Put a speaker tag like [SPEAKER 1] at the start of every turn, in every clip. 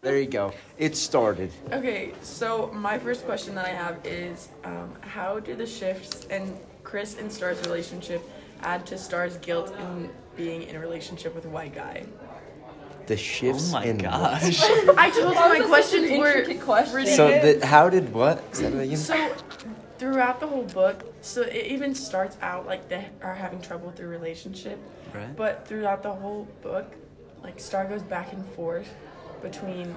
[SPEAKER 1] There you go. It started.
[SPEAKER 2] Okay, so my first question that I have is um, how do the shifts in Chris and Star's relationship add to Star's guilt in being in a relationship with a white guy?
[SPEAKER 1] The shifts
[SPEAKER 3] Oh my
[SPEAKER 1] in
[SPEAKER 3] gosh.
[SPEAKER 2] I told you
[SPEAKER 4] Why
[SPEAKER 2] my
[SPEAKER 4] was that such an
[SPEAKER 2] questions were
[SPEAKER 4] intricate question?
[SPEAKER 2] ridiculous.
[SPEAKER 1] So the, how did what? Say that again?
[SPEAKER 2] So throughout the whole book, so it even starts out like they are having trouble with their relationship.
[SPEAKER 3] Right.
[SPEAKER 2] But throughout the whole book, like Star goes back and forth between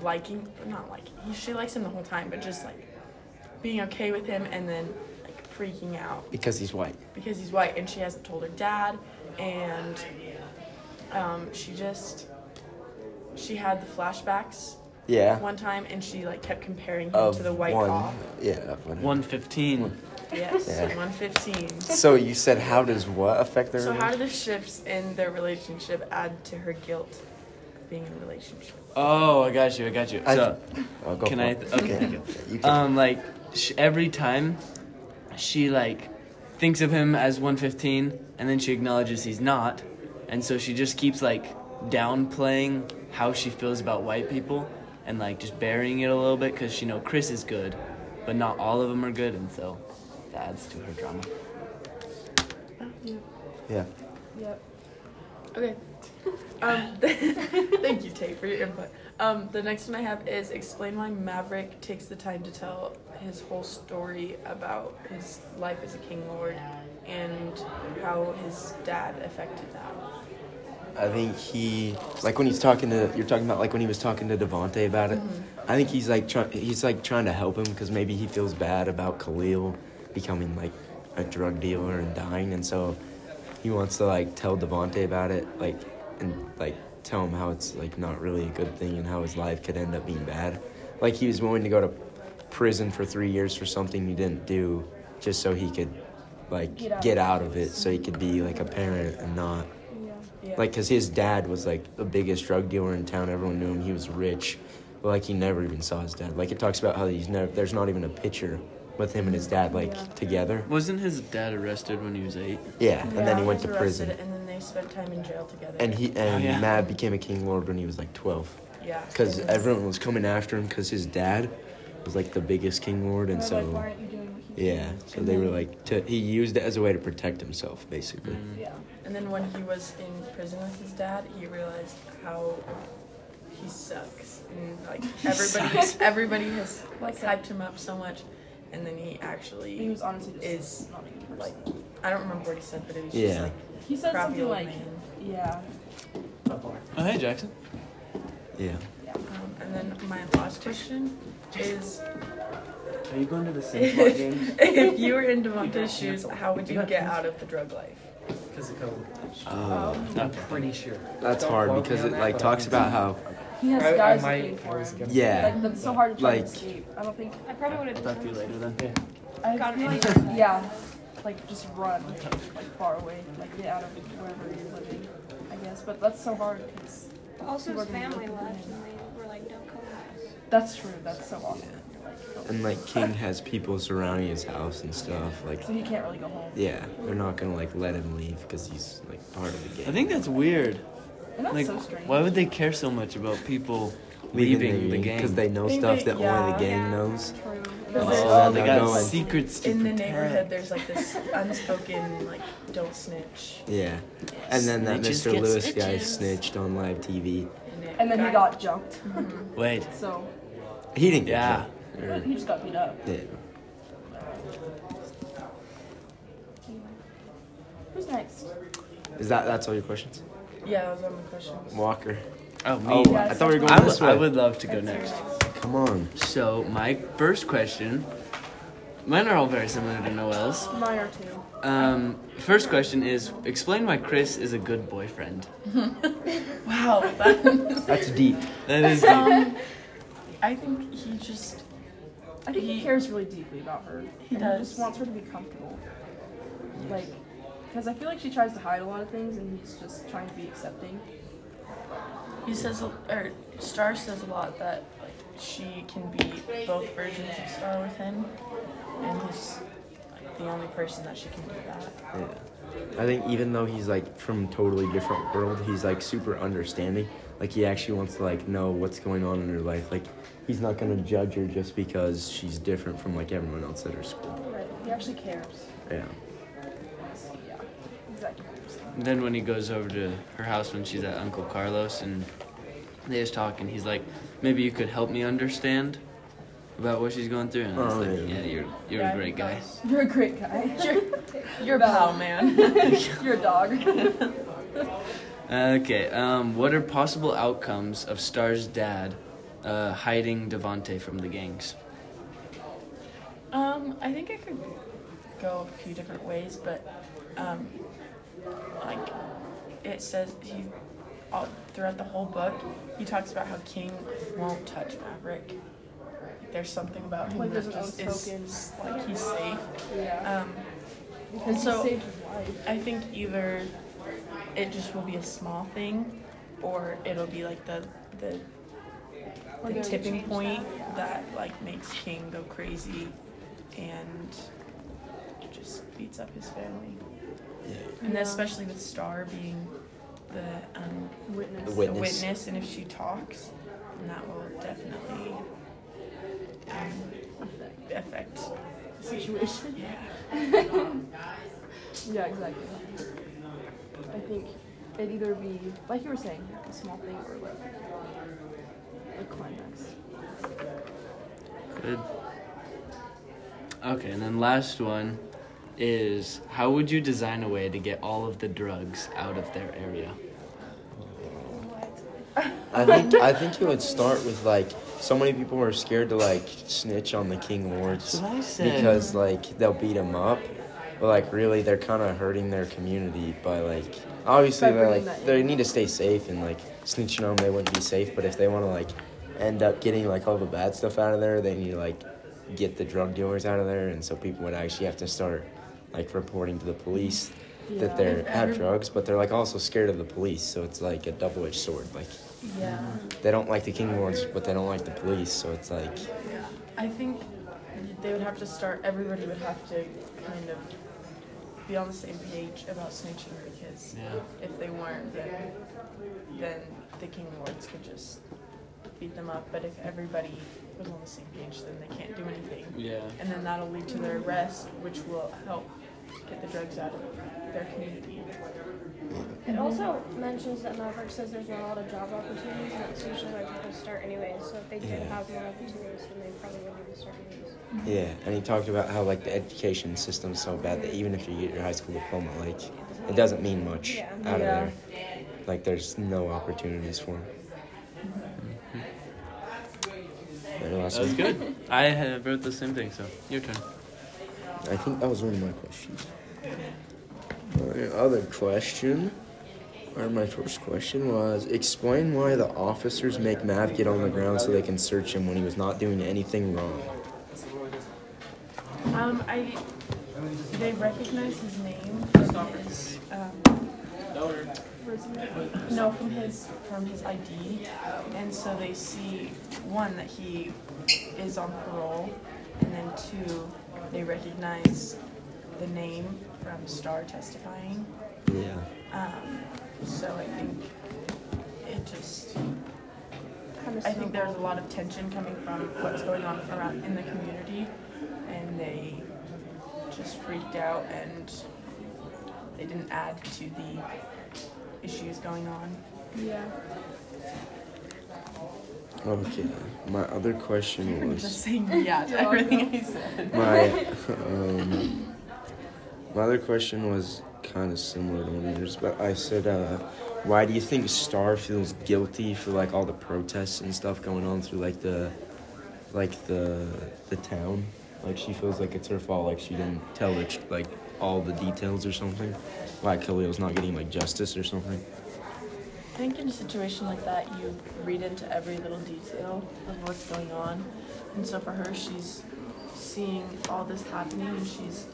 [SPEAKER 2] liking not liking he, she likes him the whole time, but just like being okay with him and then like freaking out
[SPEAKER 1] Because he's white.
[SPEAKER 2] because he's white and she hasn't told her dad and um, she just she had the flashbacks
[SPEAKER 1] Yeah.
[SPEAKER 2] one time and she like kept comparing him
[SPEAKER 1] of
[SPEAKER 2] to the white
[SPEAKER 1] one.
[SPEAKER 2] cop.
[SPEAKER 1] Yeah. Of one.
[SPEAKER 3] 115.
[SPEAKER 2] Yes,
[SPEAKER 1] Yeah.
[SPEAKER 2] 115.
[SPEAKER 1] So you said how does what affect their
[SPEAKER 2] So how do
[SPEAKER 1] relationship?
[SPEAKER 2] the shifts in their relationship add to her guilt of being in a relationship?
[SPEAKER 3] Oh, I got you. I got you.
[SPEAKER 1] I-
[SPEAKER 3] So,
[SPEAKER 1] Oh, go
[SPEAKER 3] can
[SPEAKER 1] for
[SPEAKER 3] I?
[SPEAKER 1] it.
[SPEAKER 3] Th- okay.
[SPEAKER 1] Yeah,
[SPEAKER 3] thank you.
[SPEAKER 1] you can.
[SPEAKER 3] Um, like sh- every time, she like thinks of him as 115, and then she acknowledges he's not, and so she just keeps like downplaying how she feels about white people, and like just burying it a little bit because she know Chris is good, but not all of them are good, and so that adds to her drama.
[SPEAKER 1] yeah.
[SPEAKER 4] Yep.
[SPEAKER 2] Okay. Um, thank you, Tate, for your input. Um, the next one I have is explain why Maverick takes the time to tell his whole story about his life as a king lord and how his dad affected that.
[SPEAKER 1] I think he like when he's talking to you're talking about like when he was talking to Devonte about it. I think he's like trying he's like trying to help him because maybe he feels bad about Khalil becoming like a drug dealer and dying, and so he wants to like tell Devonte about it, like and like tell him how it's like not really a good thing and how his life could end up being bad. Like he was willing to go to prison for three years for something he didn't do, just so he could like
[SPEAKER 4] Get out.
[SPEAKER 1] get out of it, so he could be like a parent and not
[SPEAKER 4] Yeah.
[SPEAKER 2] Yeah.
[SPEAKER 1] like, cause his dad was like the biggest drug dealer in town. Everyone knew him. He was rich, but like he never even saw his dad. Like it talks about how he's never. There's not even a picture with him and his dad like
[SPEAKER 4] Yeah.
[SPEAKER 1] together.
[SPEAKER 3] Wasn't his dad arrested when he was eight?
[SPEAKER 1] Yeah, and then he went to
[SPEAKER 2] was arrested,
[SPEAKER 1] prison.
[SPEAKER 2] And then they spent time in jail together.
[SPEAKER 1] And he and
[SPEAKER 3] yeah.
[SPEAKER 1] Mad became a king lord when he was like twelve,
[SPEAKER 2] yeah.
[SPEAKER 1] cause
[SPEAKER 2] and-
[SPEAKER 1] everyone was coming after him, cause his dad was like the biggest king lord, and
[SPEAKER 4] They're like, why
[SPEAKER 1] so
[SPEAKER 4] aren't you doing what he's
[SPEAKER 1] yeah,
[SPEAKER 4] doing?
[SPEAKER 1] so they were like to, he used it as a way to protect himself, basically.
[SPEAKER 4] Yeah.
[SPEAKER 2] And then when he was in prison with his dad, he realized how he sucks, and like everybody,
[SPEAKER 3] sucks.
[SPEAKER 2] everybody has like
[SPEAKER 4] What's that?
[SPEAKER 2] hyped him up so much, and then he actually
[SPEAKER 4] He was honestly just
[SPEAKER 2] Is,
[SPEAKER 4] not a good person.
[SPEAKER 2] like, I don't remember what he said, but it was
[SPEAKER 1] Yeah.
[SPEAKER 2] just like
[SPEAKER 4] he said
[SPEAKER 2] crappy
[SPEAKER 4] something
[SPEAKER 2] old
[SPEAKER 4] like,
[SPEAKER 2] man.
[SPEAKER 4] yeah.
[SPEAKER 3] Oh, hey, Jackson.
[SPEAKER 1] Yeah,
[SPEAKER 2] Um, and then my last question is,
[SPEAKER 3] Are you going to the Sims game?
[SPEAKER 2] if, if you were in Devontae's shoes, how would you get out of the drug life?
[SPEAKER 5] Because of COVID.
[SPEAKER 3] No.
[SPEAKER 1] Uh,
[SPEAKER 4] um,
[SPEAKER 5] I'm pretty sure.
[SPEAKER 1] that's
[SPEAKER 5] Don't
[SPEAKER 1] hard
[SPEAKER 5] quote me
[SPEAKER 1] because
[SPEAKER 5] on
[SPEAKER 1] it
[SPEAKER 5] that,
[SPEAKER 1] like
[SPEAKER 5] but
[SPEAKER 1] talks
[SPEAKER 5] I
[SPEAKER 1] about how
[SPEAKER 4] He has
[SPEAKER 5] I- I
[SPEAKER 4] guys
[SPEAKER 5] might-
[SPEAKER 4] looking for
[SPEAKER 5] I was
[SPEAKER 4] him.
[SPEAKER 5] gonna-
[SPEAKER 1] yeah.
[SPEAKER 4] Like, that's so hard to try to
[SPEAKER 1] Like-
[SPEAKER 4] escape. I don't think.
[SPEAKER 6] I probably would
[SPEAKER 3] I'll
[SPEAKER 6] have
[SPEAKER 3] talk
[SPEAKER 6] done
[SPEAKER 3] to you later then.
[SPEAKER 4] I
[SPEAKER 6] Got
[SPEAKER 4] feel
[SPEAKER 6] it.
[SPEAKER 4] like, yeah. Like, just run, like, far away. Like, get out of wherever you're living, I guess. But that's so hard because.
[SPEAKER 6] Also,
[SPEAKER 4] We're
[SPEAKER 6] his
[SPEAKER 4] gonna
[SPEAKER 6] family
[SPEAKER 4] do it.
[SPEAKER 6] left, and they were like, "Don't come with us."
[SPEAKER 4] That's true. That's so awful. You're like, oh.
[SPEAKER 1] And like King has people surrounding his house and stuff. Like,
[SPEAKER 4] So he can't really go home.
[SPEAKER 1] yeah, they're not gonna like let him leave because he's like part of the game.
[SPEAKER 3] I think that's weird.
[SPEAKER 4] And that's
[SPEAKER 3] Like,
[SPEAKER 4] so strange.
[SPEAKER 3] why would they care so much about people leaving the game?
[SPEAKER 1] because they know
[SPEAKER 2] Think
[SPEAKER 1] stuff
[SPEAKER 2] they-
[SPEAKER 1] that only the
[SPEAKER 2] yeah.
[SPEAKER 1] gang
[SPEAKER 6] Yeah.
[SPEAKER 1] knows.
[SPEAKER 4] True.
[SPEAKER 3] oh, they
[SPEAKER 1] No,
[SPEAKER 3] got
[SPEAKER 1] no, like-
[SPEAKER 3] secrets to
[SPEAKER 2] In the
[SPEAKER 3] protect.
[SPEAKER 2] neighborhood, there's like this unspoken like, don't snitch.
[SPEAKER 1] Yeah, and then that
[SPEAKER 3] Snitches
[SPEAKER 1] Mr.
[SPEAKER 3] get
[SPEAKER 1] Lewis guy
[SPEAKER 3] snitches.
[SPEAKER 1] snitched on live TV.
[SPEAKER 2] it
[SPEAKER 4] And then he got jumped.
[SPEAKER 3] Wait,
[SPEAKER 4] So
[SPEAKER 1] He didn't get
[SPEAKER 3] yeah.
[SPEAKER 1] shot. Or-
[SPEAKER 4] he just got beat up.
[SPEAKER 1] yeah.
[SPEAKER 4] Who's next?
[SPEAKER 1] Is that that's all your questions?
[SPEAKER 2] Yeah, that was one of my questions.
[SPEAKER 1] Walker.
[SPEAKER 3] Oh, me.
[SPEAKER 1] Oh, I thought we were
[SPEAKER 3] I
[SPEAKER 1] going
[SPEAKER 3] would-
[SPEAKER 1] this way.
[SPEAKER 3] I would love to go next.
[SPEAKER 1] Come on.
[SPEAKER 3] So my first question. Mine are all very similar to Noel's.
[SPEAKER 4] Mine are two.
[SPEAKER 3] Um, first question is explain why Chris is a good boyfriend.
[SPEAKER 2] Wow, that,
[SPEAKER 1] That's deep.
[SPEAKER 3] That is
[SPEAKER 2] um, I think he just
[SPEAKER 4] I think he
[SPEAKER 2] He-
[SPEAKER 4] cares really deeply about her.
[SPEAKER 2] He
[SPEAKER 4] and He
[SPEAKER 2] does.
[SPEAKER 4] just wants her to be comfortable. Like, because I feel like she tries to hide a lot of things, and he's just trying to be accepting.
[SPEAKER 2] He says, or Star says a lot that like she can be both versions of Star with him, and he's like, the only person that she can do that.
[SPEAKER 1] Yeah. I think even though he's like from totally different world, he's like super understanding. Like he actually wants to like know what's going on in her life. Like he's not gonna judge her just because she's different from like everyone else at her school.
[SPEAKER 4] Right. He actually cares.
[SPEAKER 1] Yeah.
[SPEAKER 4] So, yeah. Exactly.
[SPEAKER 3] Then when he goes over to her house when she's at Uncle Carlos and they just talk and he's like, maybe you could help me understand about what she's going through. And I was
[SPEAKER 1] Oh,
[SPEAKER 3] like,
[SPEAKER 1] yeah.
[SPEAKER 3] yeah, you're you're
[SPEAKER 2] Yeah,
[SPEAKER 3] a great
[SPEAKER 2] he
[SPEAKER 3] guy.
[SPEAKER 4] You're a great guy.
[SPEAKER 2] You're a
[SPEAKER 4] Bella.
[SPEAKER 2] pal, man.
[SPEAKER 4] You're a dog.
[SPEAKER 3] Okay. Um, what are possible outcomes of Star's dad uh, hiding Devante from the gangs?
[SPEAKER 2] um, I think I could go a few different ways, but um, like it says he all, throughout the whole book he talks about how King won't touch Maverick. There's something about him
[SPEAKER 4] Like,
[SPEAKER 2] that
[SPEAKER 4] there's an
[SPEAKER 2] just is
[SPEAKER 4] unspoken-
[SPEAKER 2] like he's safe.
[SPEAKER 4] yeah.
[SPEAKER 2] Um,
[SPEAKER 4] Because
[SPEAKER 2] so-
[SPEAKER 4] he saved his life.
[SPEAKER 2] I think either it just will be a small thing, or it'll be like the the,
[SPEAKER 4] Or
[SPEAKER 2] the
[SPEAKER 4] they would
[SPEAKER 2] tipping
[SPEAKER 4] change
[SPEAKER 2] point
[SPEAKER 4] that, yeah.
[SPEAKER 2] that, like makes King go crazy, and just beats up his family. And
[SPEAKER 4] Yeah.
[SPEAKER 2] especially with Star being the um,
[SPEAKER 4] Witness.
[SPEAKER 1] The
[SPEAKER 2] the
[SPEAKER 1] witness.
[SPEAKER 2] witness, and if she talks, then that will definitely um,
[SPEAKER 4] Effect.
[SPEAKER 2] affect.
[SPEAKER 4] situation.
[SPEAKER 2] Yeah.
[SPEAKER 4] Yeah, exactly. I think it'd either be like you were saying, a small thing or like a climax.
[SPEAKER 3] Good. Okay, and then last one is how would you design a way to get all of the drugs out of their area?
[SPEAKER 1] I think I think you would start with like so many people are scared to like snitch on the King Lords
[SPEAKER 3] That's what I said.
[SPEAKER 1] because like they'll beat him up, but like really they're kind of hurting their community by like obviously
[SPEAKER 4] By
[SPEAKER 1] they're
[SPEAKER 4] bringing
[SPEAKER 1] like
[SPEAKER 4] that
[SPEAKER 1] they
[SPEAKER 4] in.
[SPEAKER 1] need to stay safe and like snitching on them they wouldn't be safe, but if they want to like end up getting like all the bad stuff out of there, they need to like get the drug dealers out of there, and so people would actually have to start like reporting to the police.
[SPEAKER 4] Yeah.
[SPEAKER 1] That they
[SPEAKER 2] If
[SPEAKER 1] have
[SPEAKER 2] every-
[SPEAKER 1] drugs, but they're like also scared of the police, so it's like a double-edged sword. Like
[SPEAKER 2] Yeah.
[SPEAKER 1] they don't like the King Lords, but they don't like the police, so it's like,
[SPEAKER 2] I think they would have to start, everybody would have to kind of be on the same page about snitching because
[SPEAKER 3] Yeah.
[SPEAKER 2] if they weren't, then, then the King Lords could just beat them up. But if everybody was on the same page, then they can't do anything.
[SPEAKER 3] Yeah.
[SPEAKER 2] And then that'll lead to their arrest, which will help get the drugs out of their community.
[SPEAKER 6] It also mentions that Maverick says there's not a lot of job opportunities, and that's usually where people start anyways. So if they did
[SPEAKER 1] Yeah.
[SPEAKER 6] have more opportunities, then they probably wouldn't even start anyways.
[SPEAKER 1] yeah. And he talked about how like the education system's so bad that even if you get your high school diploma, like it doesn't mean much
[SPEAKER 6] Yeah.
[SPEAKER 1] out
[SPEAKER 4] Yeah.
[SPEAKER 1] of there. Like there's no opportunities for him. Very last
[SPEAKER 3] That was
[SPEAKER 1] one.
[SPEAKER 3] good. I had wrote the same thing, so your turn.
[SPEAKER 1] I think that was one of my questions. My other question, or my first question, was explain why the officers make Mav get on the ground so they can search him when he was not doing anything wrong.
[SPEAKER 2] Um, I, they recognize his name from his, um, no, from his, from his ID, and so they see, one, that he is on parole, and then two, they recognize the name from Star testifying,
[SPEAKER 1] Yeah.
[SPEAKER 2] um, so I think it just,
[SPEAKER 4] Kind of
[SPEAKER 2] I think there's a lot of tension coming from what's going on around in the community, and they just freaked out and they didn't add to the issues going on.
[SPEAKER 4] Yeah.
[SPEAKER 1] Okay. My other question
[SPEAKER 2] I'm
[SPEAKER 1] was.
[SPEAKER 2] just saying yeah to
[SPEAKER 4] You're
[SPEAKER 2] everything I said.
[SPEAKER 1] My um, my other question was kind of similar to one of yours, but I said, uh, why do you think Star feels guilty for like all the protests and stuff going on through like the like the the town? Like she feels like it's her fault, like she didn't tell the ch- like all the details or something. Why Khalil's not getting like justice or something?
[SPEAKER 2] I think in a situation like that, you read into every little detail of what's going on. And so for her, she's seeing all this happening and she's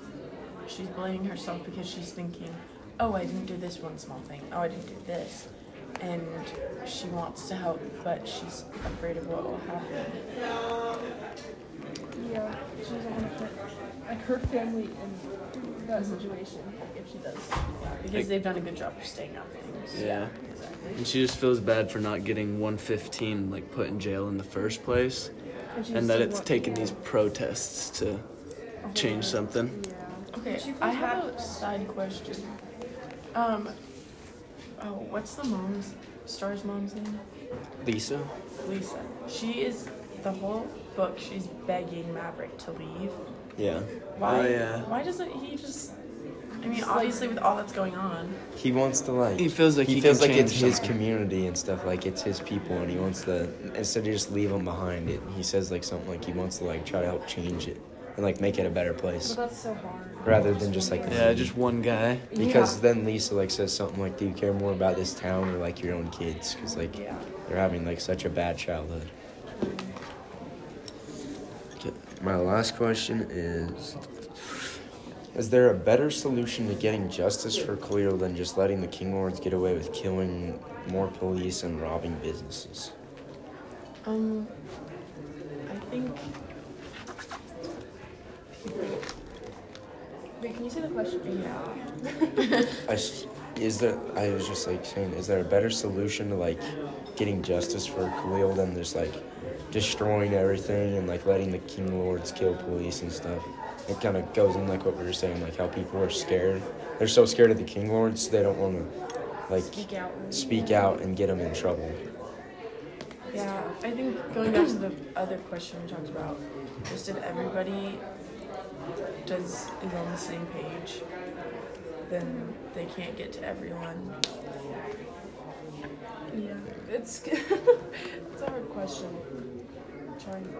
[SPEAKER 2] she's blaming herself because she's thinking, oh, I didn't do this one small thing. Oh, I didn't do this. and she wants to help, but she's afraid of what will happen.
[SPEAKER 4] Yeah, she's gonna put like her family in that situation if she does.
[SPEAKER 2] Because
[SPEAKER 3] Like-
[SPEAKER 2] they've done a good job of staying out of things.
[SPEAKER 3] Yeah.
[SPEAKER 2] Exactly.
[SPEAKER 3] And she just feels bad for not getting 115 like put in jail in the first place, and
[SPEAKER 4] she just
[SPEAKER 3] that
[SPEAKER 4] didn't
[SPEAKER 3] it's
[SPEAKER 4] want-
[SPEAKER 3] taken these protests to change something.
[SPEAKER 4] Yeah.
[SPEAKER 2] Okay,
[SPEAKER 4] She feels
[SPEAKER 2] I have
[SPEAKER 4] bad.
[SPEAKER 2] a side question. Um, oh, what's the mom's, Star's mom's name?
[SPEAKER 1] Lisa?
[SPEAKER 2] Lisa. She is, the whole book, she's begging Maverick to leave.
[SPEAKER 1] Yeah.
[SPEAKER 2] Why?
[SPEAKER 1] Oh, yeah.
[SPEAKER 2] Why doesn't he just? I mean, obviously, with all that's going on,
[SPEAKER 1] He wants to like.
[SPEAKER 3] He feels like he
[SPEAKER 1] feels
[SPEAKER 3] can
[SPEAKER 1] like it's
[SPEAKER 3] change
[SPEAKER 1] his
[SPEAKER 3] something.
[SPEAKER 1] community and stuff. Like it's his people, and he wants to instead of just leave them behind. It he says like something like he wants to like try to help change it and like make it a better place
[SPEAKER 4] But that's so hard.
[SPEAKER 1] rather than just like
[SPEAKER 3] Yeah, just one guy.
[SPEAKER 1] because
[SPEAKER 4] Yeah.
[SPEAKER 1] then Lisa like says something like, "Do you care more about this town or like your own kids?" Because like
[SPEAKER 2] yeah.
[SPEAKER 1] they're having like such a bad childhood. Okay, my last question is. Is there a better solution to getting justice for Clear than just letting the King Lords get away with killing more police and robbing businesses?
[SPEAKER 2] Um, I think.
[SPEAKER 4] Wait, can you say the question?
[SPEAKER 2] Yeah.
[SPEAKER 1] I s is there? I was just like saying, is there a better solution to like getting justice for Khalil than just like destroying everything and like letting the King Lords kill police and stuff? It kind of goes in like what we were saying, like how people are scared. They're so scared of the King Lords, they don't want to like
[SPEAKER 6] Speak out.
[SPEAKER 1] speak out and get them in trouble.
[SPEAKER 2] Yeah. I think going back to the other question we talked about, just if everybody does is on the same page, then they can't get to everyone.
[SPEAKER 4] Yeah. It's it's a hard question. I'm trying to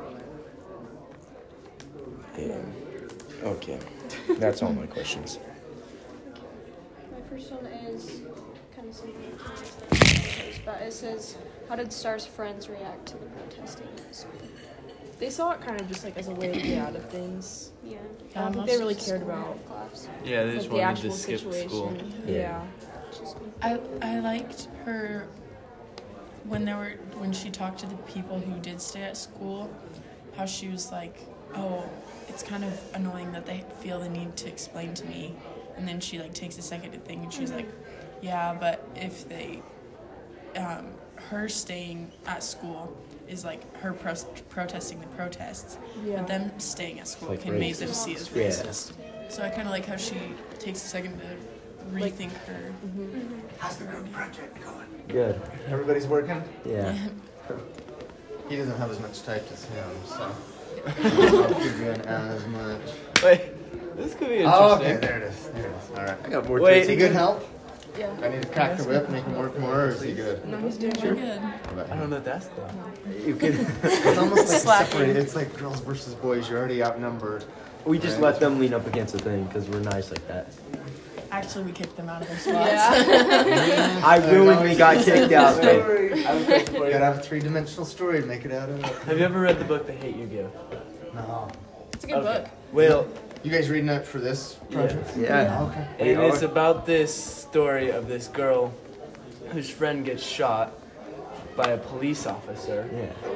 [SPEAKER 1] Yeah. Okay. That's all my questions.
[SPEAKER 6] My first one is kind of similar to the others, but it says, "How did Star's friends react to the protesting?" So,
[SPEAKER 4] They saw it kind of just like as a way to get out of things.
[SPEAKER 6] yeah,
[SPEAKER 4] I don't think they really cared about
[SPEAKER 6] class.
[SPEAKER 3] Yeah, they
[SPEAKER 4] like,
[SPEAKER 3] just
[SPEAKER 4] the
[SPEAKER 3] wanted
[SPEAKER 4] actual
[SPEAKER 3] to skip
[SPEAKER 4] situation.
[SPEAKER 3] school.
[SPEAKER 1] Yeah.
[SPEAKER 3] Oh,
[SPEAKER 4] Yeah.
[SPEAKER 6] Just me.
[SPEAKER 2] I I liked her when there were when she talked to the people who did stay at school, how she was like, "Oh, it's kind of annoying that they feel the need to explain to me," and then she like takes a second to think and she's
[SPEAKER 4] Mm-hmm.
[SPEAKER 2] like, "Yeah, but if they, um, her staying at school." Is like her pro- protesting the protests,
[SPEAKER 4] Yeah.
[SPEAKER 2] but them staying at school
[SPEAKER 1] Like
[SPEAKER 2] can make them
[SPEAKER 6] racist.
[SPEAKER 2] see as
[SPEAKER 1] Yeah.
[SPEAKER 2] racist. So I kind of like how she takes a second to
[SPEAKER 4] Like- Mhm.
[SPEAKER 2] rethink her.
[SPEAKER 1] Good.
[SPEAKER 5] Everybody's working.
[SPEAKER 1] Yeah.
[SPEAKER 7] He doesn't have as much type as him, so. I'll keep doing as much.
[SPEAKER 3] Wait, this could be interesting.
[SPEAKER 7] Oh, okay, there it is. There it is. All right. I got more
[SPEAKER 3] Uh, Wait.
[SPEAKER 7] Is he good help?
[SPEAKER 4] Yeah.
[SPEAKER 7] I need to crack the whip, make him work more, or is he good?
[SPEAKER 4] No, he's doing
[SPEAKER 2] We're good.
[SPEAKER 3] I don't know if that's the.
[SPEAKER 7] You can. It's almost like
[SPEAKER 2] Slapping.
[SPEAKER 7] separated. It's like girls versus boys. You're already outnumbered.
[SPEAKER 1] We
[SPEAKER 7] just let
[SPEAKER 1] them lean up against the thing because we're nice like that.
[SPEAKER 2] Actually, we kicked them out of their spots.
[SPEAKER 1] I
[SPEAKER 7] ruined we got kicked out, man. You gotta
[SPEAKER 3] Have
[SPEAKER 7] have a three-dimensional story to make it out of. it.
[SPEAKER 3] you ever read the book The Hate You Give?
[SPEAKER 7] No.
[SPEAKER 4] It's a good book.
[SPEAKER 3] Well,
[SPEAKER 7] You guys reading it for this project?
[SPEAKER 1] Yeah.
[SPEAKER 7] Okay.
[SPEAKER 3] And
[SPEAKER 1] We
[SPEAKER 3] it's
[SPEAKER 1] are.
[SPEAKER 3] about this story of this girl whose friend gets shot by a police officer.
[SPEAKER 1] Yeah.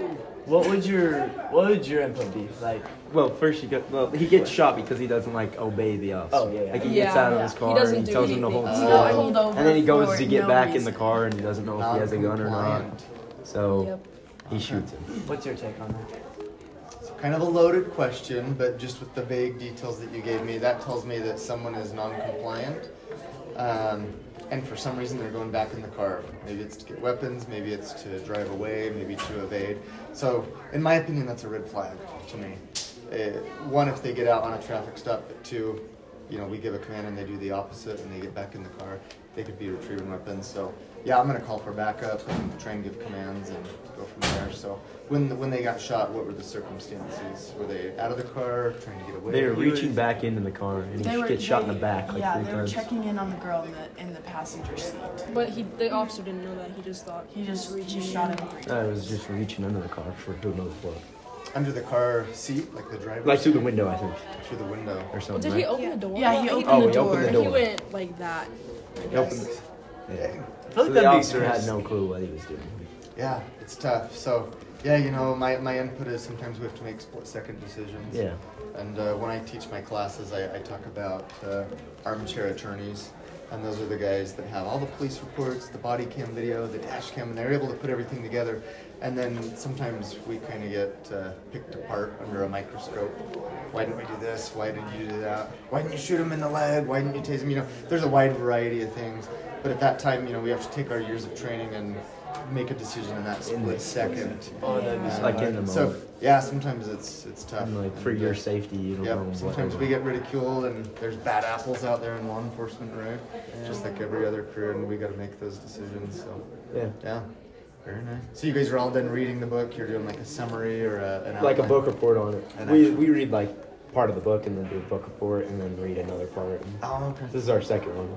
[SPEAKER 3] What would your what would your input be? Like
[SPEAKER 1] Well, first he got well. He gets shot because he doesn't like obey the officer.
[SPEAKER 3] Oh, yeah, yeah.
[SPEAKER 1] Like he
[SPEAKER 4] Yeah,
[SPEAKER 1] gets out of
[SPEAKER 4] yeah.
[SPEAKER 1] his
[SPEAKER 4] He
[SPEAKER 1] car
[SPEAKER 4] doesn't
[SPEAKER 1] and he
[SPEAKER 4] do
[SPEAKER 1] tells him to
[SPEAKER 4] anything.
[SPEAKER 1] hold
[SPEAKER 4] He's
[SPEAKER 1] still,
[SPEAKER 4] not pulled over
[SPEAKER 1] and then he goes
[SPEAKER 4] for
[SPEAKER 1] to get
[SPEAKER 4] no
[SPEAKER 1] back
[SPEAKER 4] reason.
[SPEAKER 1] in the car and he doesn't know if he has a gun or not.
[SPEAKER 7] Non-compliant.
[SPEAKER 1] So
[SPEAKER 4] Yep.
[SPEAKER 1] he shoots him.
[SPEAKER 3] what's your take on that?
[SPEAKER 7] Kind of a loaded question, but just with the vague details that you gave me, that tells me that someone is non-compliant, um, and for some reason they're going back in the car. Maybe it's to get weapons, maybe it's to drive away, maybe to evade. So, in my opinion, that's a red flag to me. Uh, one, if they get out on a traffic stop, but two, you know, we give a command and they do the opposite and they get back in the car. They could be retrieving weapons. So, yeah, I'm gonna call for backup and try and give commands and go from there. So, when when they got shot, what were the circumstances? Were they out of the car, trying to get away?
[SPEAKER 1] They were
[SPEAKER 3] He
[SPEAKER 1] reaching
[SPEAKER 3] was-
[SPEAKER 1] back into the car and
[SPEAKER 2] They
[SPEAKER 1] he
[SPEAKER 2] were
[SPEAKER 1] gets shot in the
[SPEAKER 2] they-
[SPEAKER 1] back like
[SPEAKER 2] yeah,
[SPEAKER 1] three
[SPEAKER 2] they
[SPEAKER 1] times.
[SPEAKER 2] were checking in on the girl in the in the passenger seat.
[SPEAKER 4] But he, the officer didn't know that. He just thought
[SPEAKER 2] He just he shot him.
[SPEAKER 1] I was just reaching under the car for who knows what.
[SPEAKER 7] under the car seat, like the driver,
[SPEAKER 1] Like through the window, I think,
[SPEAKER 7] through the window.
[SPEAKER 1] or
[SPEAKER 4] Well,
[SPEAKER 1] something.
[SPEAKER 4] did he
[SPEAKER 1] right?
[SPEAKER 4] open the door?
[SPEAKER 2] Yeah, he
[SPEAKER 4] Well,
[SPEAKER 2] opened
[SPEAKER 1] the
[SPEAKER 4] the
[SPEAKER 1] door.
[SPEAKER 4] door.
[SPEAKER 1] Oh, he opened the
[SPEAKER 4] He
[SPEAKER 1] door.
[SPEAKER 4] went like that. I
[SPEAKER 1] He opened
[SPEAKER 4] guess.
[SPEAKER 1] the- Yeah.
[SPEAKER 5] I feel
[SPEAKER 1] So
[SPEAKER 5] like
[SPEAKER 1] the
[SPEAKER 5] that'd be
[SPEAKER 1] officer had
[SPEAKER 5] interesting.
[SPEAKER 1] no clue what he was doing.
[SPEAKER 7] Yeah, it's tough. So, yeah, you know, my, my input is sometimes we have to make split second decisions.
[SPEAKER 1] Yeah.
[SPEAKER 7] And uh, when I teach my classes, I, I talk about uh, armchair attorneys. And those are the guys that have all the police reports, the body cam video, the dash cam, and they're able to put everything together. And then sometimes we kind of get uh, picked apart under a microscope. Why didn't we do this? Why did you do that? Why didn't you shoot him in the leg? Why didn't you tase him? You know, there's a wide variety of things. But at that time, you know, we have to take our years of training and make a decision in that split second.
[SPEAKER 3] Oh, that'd be
[SPEAKER 1] It's like in the
[SPEAKER 7] So
[SPEAKER 1] moment.
[SPEAKER 7] yeah, sometimes it's it's tough.
[SPEAKER 1] And like for
[SPEAKER 7] And,
[SPEAKER 1] your
[SPEAKER 7] uh,
[SPEAKER 1] safety, you don't know.
[SPEAKER 7] Yep.
[SPEAKER 1] what-
[SPEAKER 7] Sometimes we get ridiculed, and there's bad apples out there in law enforcement, right? Just like every other career, and we got to make those decisions. So
[SPEAKER 1] Yeah.
[SPEAKER 7] yeah, very nice. So you guys are all done reading the book. You're doing like a summary or a, an
[SPEAKER 1] Like a
[SPEAKER 7] outline?
[SPEAKER 1] book report on it.
[SPEAKER 7] An
[SPEAKER 1] We
[SPEAKER 7] actual-
[SPEAKER 1] we read like part of the book and then do a book report and then read another part.
[SPEAKER 7] Oh, okay.
[SPEAKER 1] This is our second one.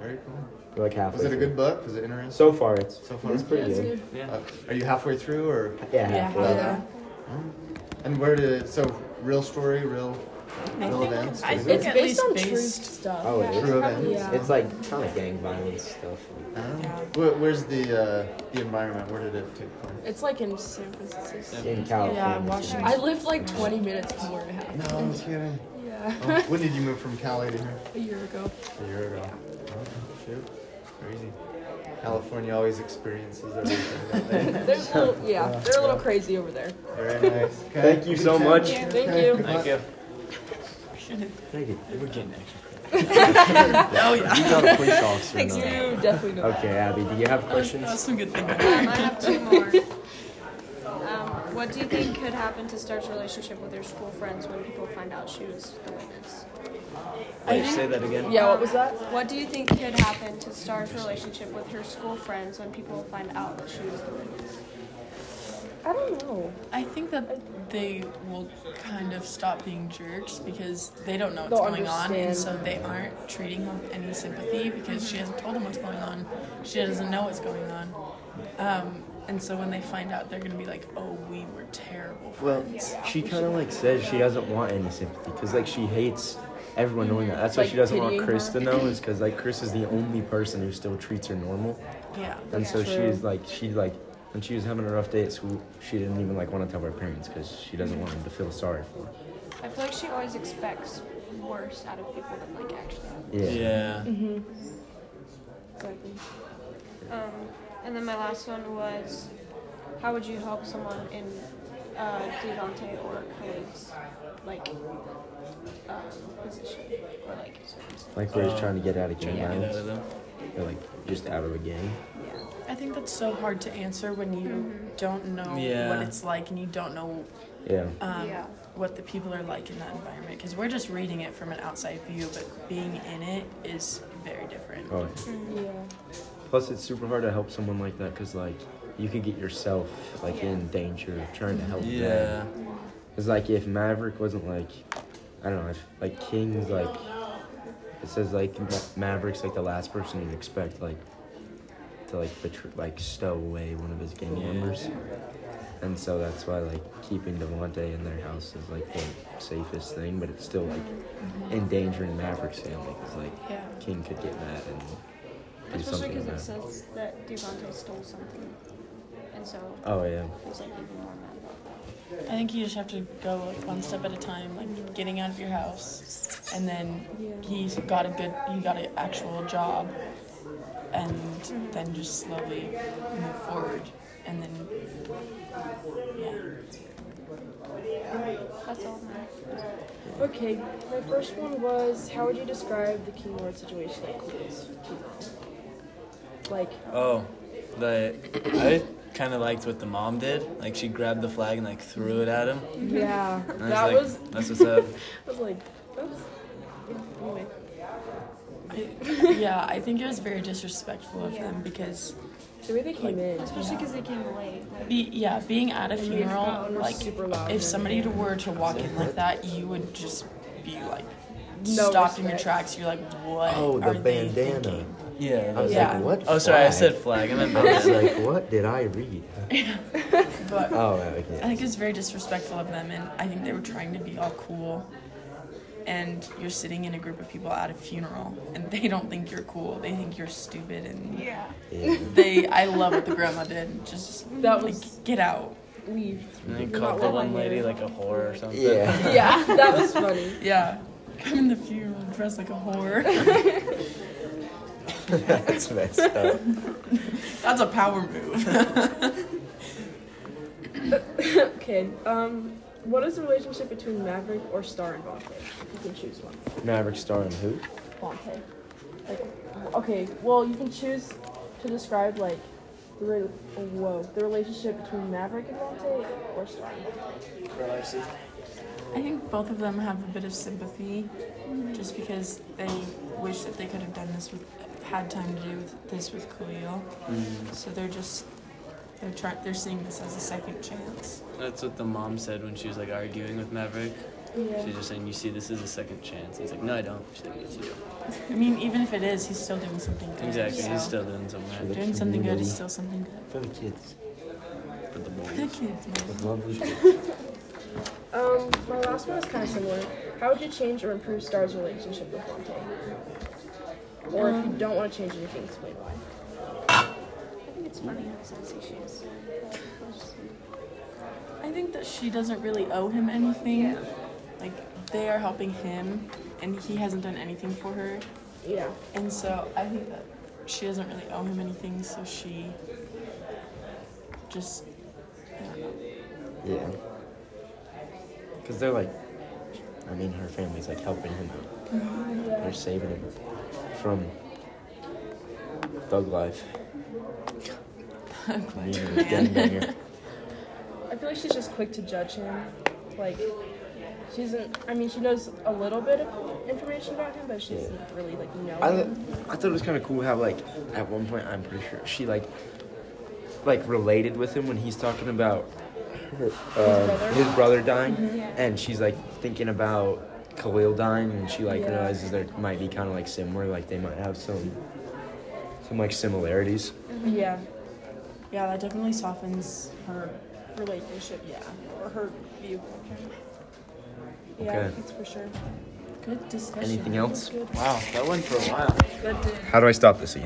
[SPEAKER 7] Very cool.
[SPEAKER 1] We're like halfway.
[SPEAKER 7] Was it a
[SPEAKER 1] through.
[SPEAKER 7] good book? Was it interesting?
[SPEAKER 1] So far, it's
[SPEAKER 7] So far?
[SPEAKER 1] it's pretty
[SPEAKER 6] Yeah, it's
[SPEAKER 1] good.
[SPEAKER 6] good.
[SPEAKER 3] Yeah.
[SPEAKER 7] Uh, are you halfway through, or
[SPEAKER 1] Yeah. halfway.
[SPEAKER 2] Yeah.
[SPEAKER 7] and where did so real story, real real events?
[SPEAKER 2] I
[SPEAKER 7] Is
[SPEAKER 2] think
[SPEAKER 7] it?
[SPEAKER 2] at least
[SPEAKER 4] Based on true
[SPEAKER 2] based.
[SPEAKER 4] stuff.
[SPEAKER 1] Oh, it is.
[SPEAKER 7] True events.
[SPEAKER 4] Yeah.
[SPEAKER 1] It's like kind of gang violence stuff.
[SPEAKER 7] Oh.
[SPEAKER 2] Yeah.
[SPEAKER 7] Where, where's the uh, the environment? Where did it take place?
[SPEAKER 4] It's like in San Francisco.
[SPEAKER 1] In California.
[SPEAKER 2] Yeah,
[SPEAKER 1] it's
[SPEAKER 2] Washington.
[SPEAKER 4] I lived like 20 minutes from where it happened.
[SPEAKER 7] No, I'm kidding.
[SPEAKER 4] Yeah.
[SPEAKER 7] Oh, when did you move from Cali to here?
[SPEAKER 4] A year ago.
[SPEAKER 7] A year ago. Oh, shoot. Crazy. California always experiences everything. don't
[SPEAKER 4] They're a little, yeah, they're a little crazy over there.
[SPEAKER 7] they? Very nice. Okay.
[SPEAKER 1] Thank you so much.
[SPEAKER 4] Thank
[SPEAKER 7] Okay,
[SPEAKER 4] you.
[SPEAKER 7] good
[SPEAKER 3] Thank
[SPEAKER 7] luck.
[SPEAKER 3] you.
[SPEAKER 1] Thank you.
[SPEAKER 3] We're getting extra.
[SPEAKER 1] Oh yeah. You got a police officer.
[SPEAKER 4] You definitely know.
[SPEAKER 1] Okay, Abby, do you have questions?
[SPEAKER 2] That's some good thing.
[SPEAKER 6] Um, I have two more. Um, what do you think could happen to Star's relationship with her school friends when people find out she was the witness?
[SPEAKER 3] Wait, say that again.
[SPEAKER 4] Yeah, what was that?
[SPEAKER 6] What do you think could happen to Star's relationship with her school friends when people find out that she was the witness?
[SPEAKER 4] I don't know.
[SPEAKER 2] I think that they will kind of stop being jerks because they don't know what's
[SPEAKER 4] They'll
[SPEAKER 2] going on, and so
[SPEAKER 4] understand.
[SPEAKER 2] they aren't treating her with any sympathy because she hasn't told them what's going on. She doesn't know what's going on. Um, and so when they find out, they're going to be like, oh, we were terrible
[SPEAKER 1] Well,
[SPEAKER 2] friends.
[SPEAKER 1] she kind of like says she doesn't want any sympathy because like she hates everyone knowing that. That's why
[SPEAKER 4] Like
[SPEAKER 1] she doesn't want
[SPEAKER 4] pitying
[SPEAKER 1] Chris
[SPEAKER 4] her.
[SPEAKER 1] to know is because like Chris is the only person who still treats her normal,
[SPEAKER 2] yeah.
[SPEAKER 1] and so she
[SPEAKER 4] True.
[SPEAKER 1] is like she like when she was having a rough day at school, she didn't even like want to tell her parents because she doesn't want them to feel sorry for. Her.
[SPEAKER 6] I feel like she always expects worse out of people than like actually.
[SPEAKER 1] Yeah.
[SPEAKER 3] Yeah.
[SPEAKER 4] Exactly.
[SPEAKER 6] Um, and then my last one was, how would you help someone in uh, Devante or Khalid's like um, position or like circumstance?
[SPEAKER 1] Like where he's trying to get out of gang
[SPEAKER 3] Oh. Trying to get out of
[SPEAKER 1] violence,
[SPEAKER 3] them.
[SPEAKER 1] or like just out of a gang.
[SPEAKER 2] I think that's so hard to answer when you don't know
[SPEAKER 3] Yeah.
[SPEAKER 2] what it's like and you don't know
[SPEAKER 1] Yeah.
[SPEAKER 2] um,
[SPEAKER 6] Yeah.
[SPEAKER 2] what the people are like in that environment because we're just reading it from an outside view, but being in it is very different.
[SPEAKER 1] Oh.
[SPEAKER 6] Mm-hmm.
[SPEAKER 4] Yeah.
[SPEAKER 1] Plus, it's super hard to help someone like that because like you could get yourself like in danger of trying to help them.
[SPEAKER 3] Yeah.
[SPEAKER 1] Cause like if Maverick wasn't like, I don't know, if like King's like, it says like Ma- Maverick's like the last person you'd expect like, to like betr- like stow away one of his gang
[SPEAKER 3] Yeah.
[SPEAKER 1] members, and so that's why like keeping Devonte in their house is like the safest thing, but it's still like endangering Maverick's family because like
[SPEAKER 2] Yeah.
[SPEAKER 1] King could get mad and do
[SPEAKER 6] Especially
[SPEAKER 1] something.
[SPEAKER 6] because it
[SPEAKER 1] about it.
[SPEAKER 6] says that Devante stole something, and so
[SPEAKER 1] Oh yeah,
[SPEAKER 6] he's like even more mad about that.
[SPEAKER 2] I think you just have to go like one step at a time, like getting out of your house, and then he's got a good, he got an actual job, and then just slowly move forward, and then yeah,
[SPEAKER 6] That's all. my-
[SPEAKER 4] Okay, my first one was how would you describe the keyword situation at Clues? Like,
[SPEAKER 3] Oh, the I kind of liked what the mom did. Like she grabbed the flag and like threw it at him.
[SPEAKER 4] yeah,
[SPEAKER 3] And I
[SPEAKER 4] that
[SPEAKER 3] like,
[SPEAKER 4] was,
[SPEAKER 3] that's what's up.
[SPEAKER 4] I was like, oops. Anyway,
[SPEAKER 2] I, yeah. I think it was very disrespectful of them because
[SPEAKER 4] the way they came in,
[SPEAKER 6] Especially because they came late. Like,
[SPEAKER 2] Be, yeah, being at a funeral,
[SPEAKER 4] and we're
[SPEAKER 2] like
[SPEAKER 4] super loud
[SPEAKER 2] if
[SPEAKER 4] and
[SPEAKER 2] somebody were to walk in like that, you would just be like
[SPEAKER 4] No
[SPEAKER 2] stopped in your
[SPEAKER 4] respect.
[SPEAKER 2] tracks. You're like, what?
[SPEAKER 1] Oh, the
[SPEAKER 2] are they
[SPEAKER 1] bandana.
[SPEAKER 2] thinking?
[SPEAKER 3] Yeah.
[SPEAKER 1] I was
[SPEAKER 2] Yeah.
[SPEAKER 1] like, what?
[SPEAKER 3] oh, sorry, I
[SPEAKER 1] flag?
[SPEAKER 3] said flag. I meant
[SPEAKER 1] I was
[SPEAKER 3] bandana.
[SPEAKER 1] like, what did I read?
[SPEAKER 2] But
[SPEAKER 1] Oh, okay.
[SPEAKER 2] I think it's very disrespectful of them, and I think they were trying to be all cool, and you're sitting in a group of people at a funeral and they don't think you're cool. They think you're stupid and
[SPEAKER 6] Yeah.
[SPEAKER 1] Yeah.
[SPEAKER 2] they I love what the grandma did. Just
[SPEAKER 8] That
[SPEAKER 2] that
[SPEAKER 8] was-
[SPEAKER 2] like get out.
[SPEAKER 8] Leave.
[SPEAKER 3] And they
[SPEAKER 8] Not
[SPEAKER 3] called the
[SPEAKER 8] what
[SPEAKER 3] one
[SPEAKER 8] I
[SPEAKER 3] lady
[SPEAKER 8] hear.
[SPEAKER 3] like a whore or something.
[SPEAKER 1] yeah.
[SPEAKER 8] Yeah, that was funny.
[SPEAKER 2] Yeah. Come in the funeral dressed like a whore.
[SPEAKER 1] That's messed up.
[SPEAKER 2] That's a power move.
[SPEAKER 4] Okay, um, what is the relationship between Maverick or Star and Bonte? You can choose one.
[SPEAKER 1] Maverick Star and who?
[SPEAKER 4] Bonte. Like, okay, well, you can choose to describe, like, the re- whoa, the relationship between Maverick and Bonte or Star and Bonte.
[SPEAKER 2] I think both of them have a bit of sympathy just because they wish that they could have done this with had time to do with this with Khalil.
[SPEAKER 3] Mm.
[SPEAKER 2] So they're just they're try- they're seeing this as a second chance.
[SPEAKER 3] That's what the mom said when she was like arguing with Maverick. She's just saying, "You see, this is a second chance." He's like, "No, I don't." She's like, "Yes, you do."
[SPEAKER 2] I mean, even if it is, he's still doing something good.
[SPEAKER 3] Exactly. He's
[SPEAKER 2] so-
[SPEAKER 3] still doing something
[SPEAKER 2] doing something good
[SPEAKER 1] community.
[SPEAKER 2] is still something good.
[SPEAKER 1] For the kids.
[SPEAKER 3] for
[SPEAKER 2] For the
[SPEAKER 3] the boys.
[SPEAKER 2] kids, man.
[SPEAKER 1] With lovely
[SPEAKER 4] Um, my last one is kind of similar. How would you change or improve Star's relationship with Bonte? Or if you don't want to change anything, explain why.
[SPEAKER 6] I think it's funny how sassy she is.
[SPEAKER 2] I think that she doesn't really owe him anything. Like they are helping him, and he hasn't done anything for her.
[SPEAKER 4] Yeah.
[SPEAKER 2] And so I think that she doesn't really owe him anything, so she just I don't know.
[SPEAKER 1] Yeah. Because they're like, I mean, her family's like helping him out. They're saving him from thug life. Thug life. gangbanger.
[SPEAKER 4] I feel like she's just quick to judge him. Like, she doesn't. I mean, she knows a little bit of information about him, but she doesn't really like know.
[SPEAKER 1] I,
[SPEAKER 4] him.
[SPEAKER 1] I thought it was kind of cool how like at one point I'm pretty sure she like like related with him when he's talking about her, um,
[SPEAKER 4] brother? Mm-hmm.
[SPEAKER 1] his brother dying and she's like thinking about Khalil dying and she like
[SPEAKER 4] Yeah.
[SPEAKER 1] realizes there might be kind of like similar like they might have some some like similarities
[SPEAKER 4] Yeah,
[SPEAKER 2] yeah, that definitely softens her.
[SPEAKER 4] relationship. Yeah, or her view. Yeah,
[SPEAKER 1] Okay.
[SPEAKER 4] that's for sure.
[SPEAKER 2] Good discussion.
[SPEAKER 1] anything else
[SPEAKER 3] Wow, that went for a while.
[SPEAKER 1] how do I stop this again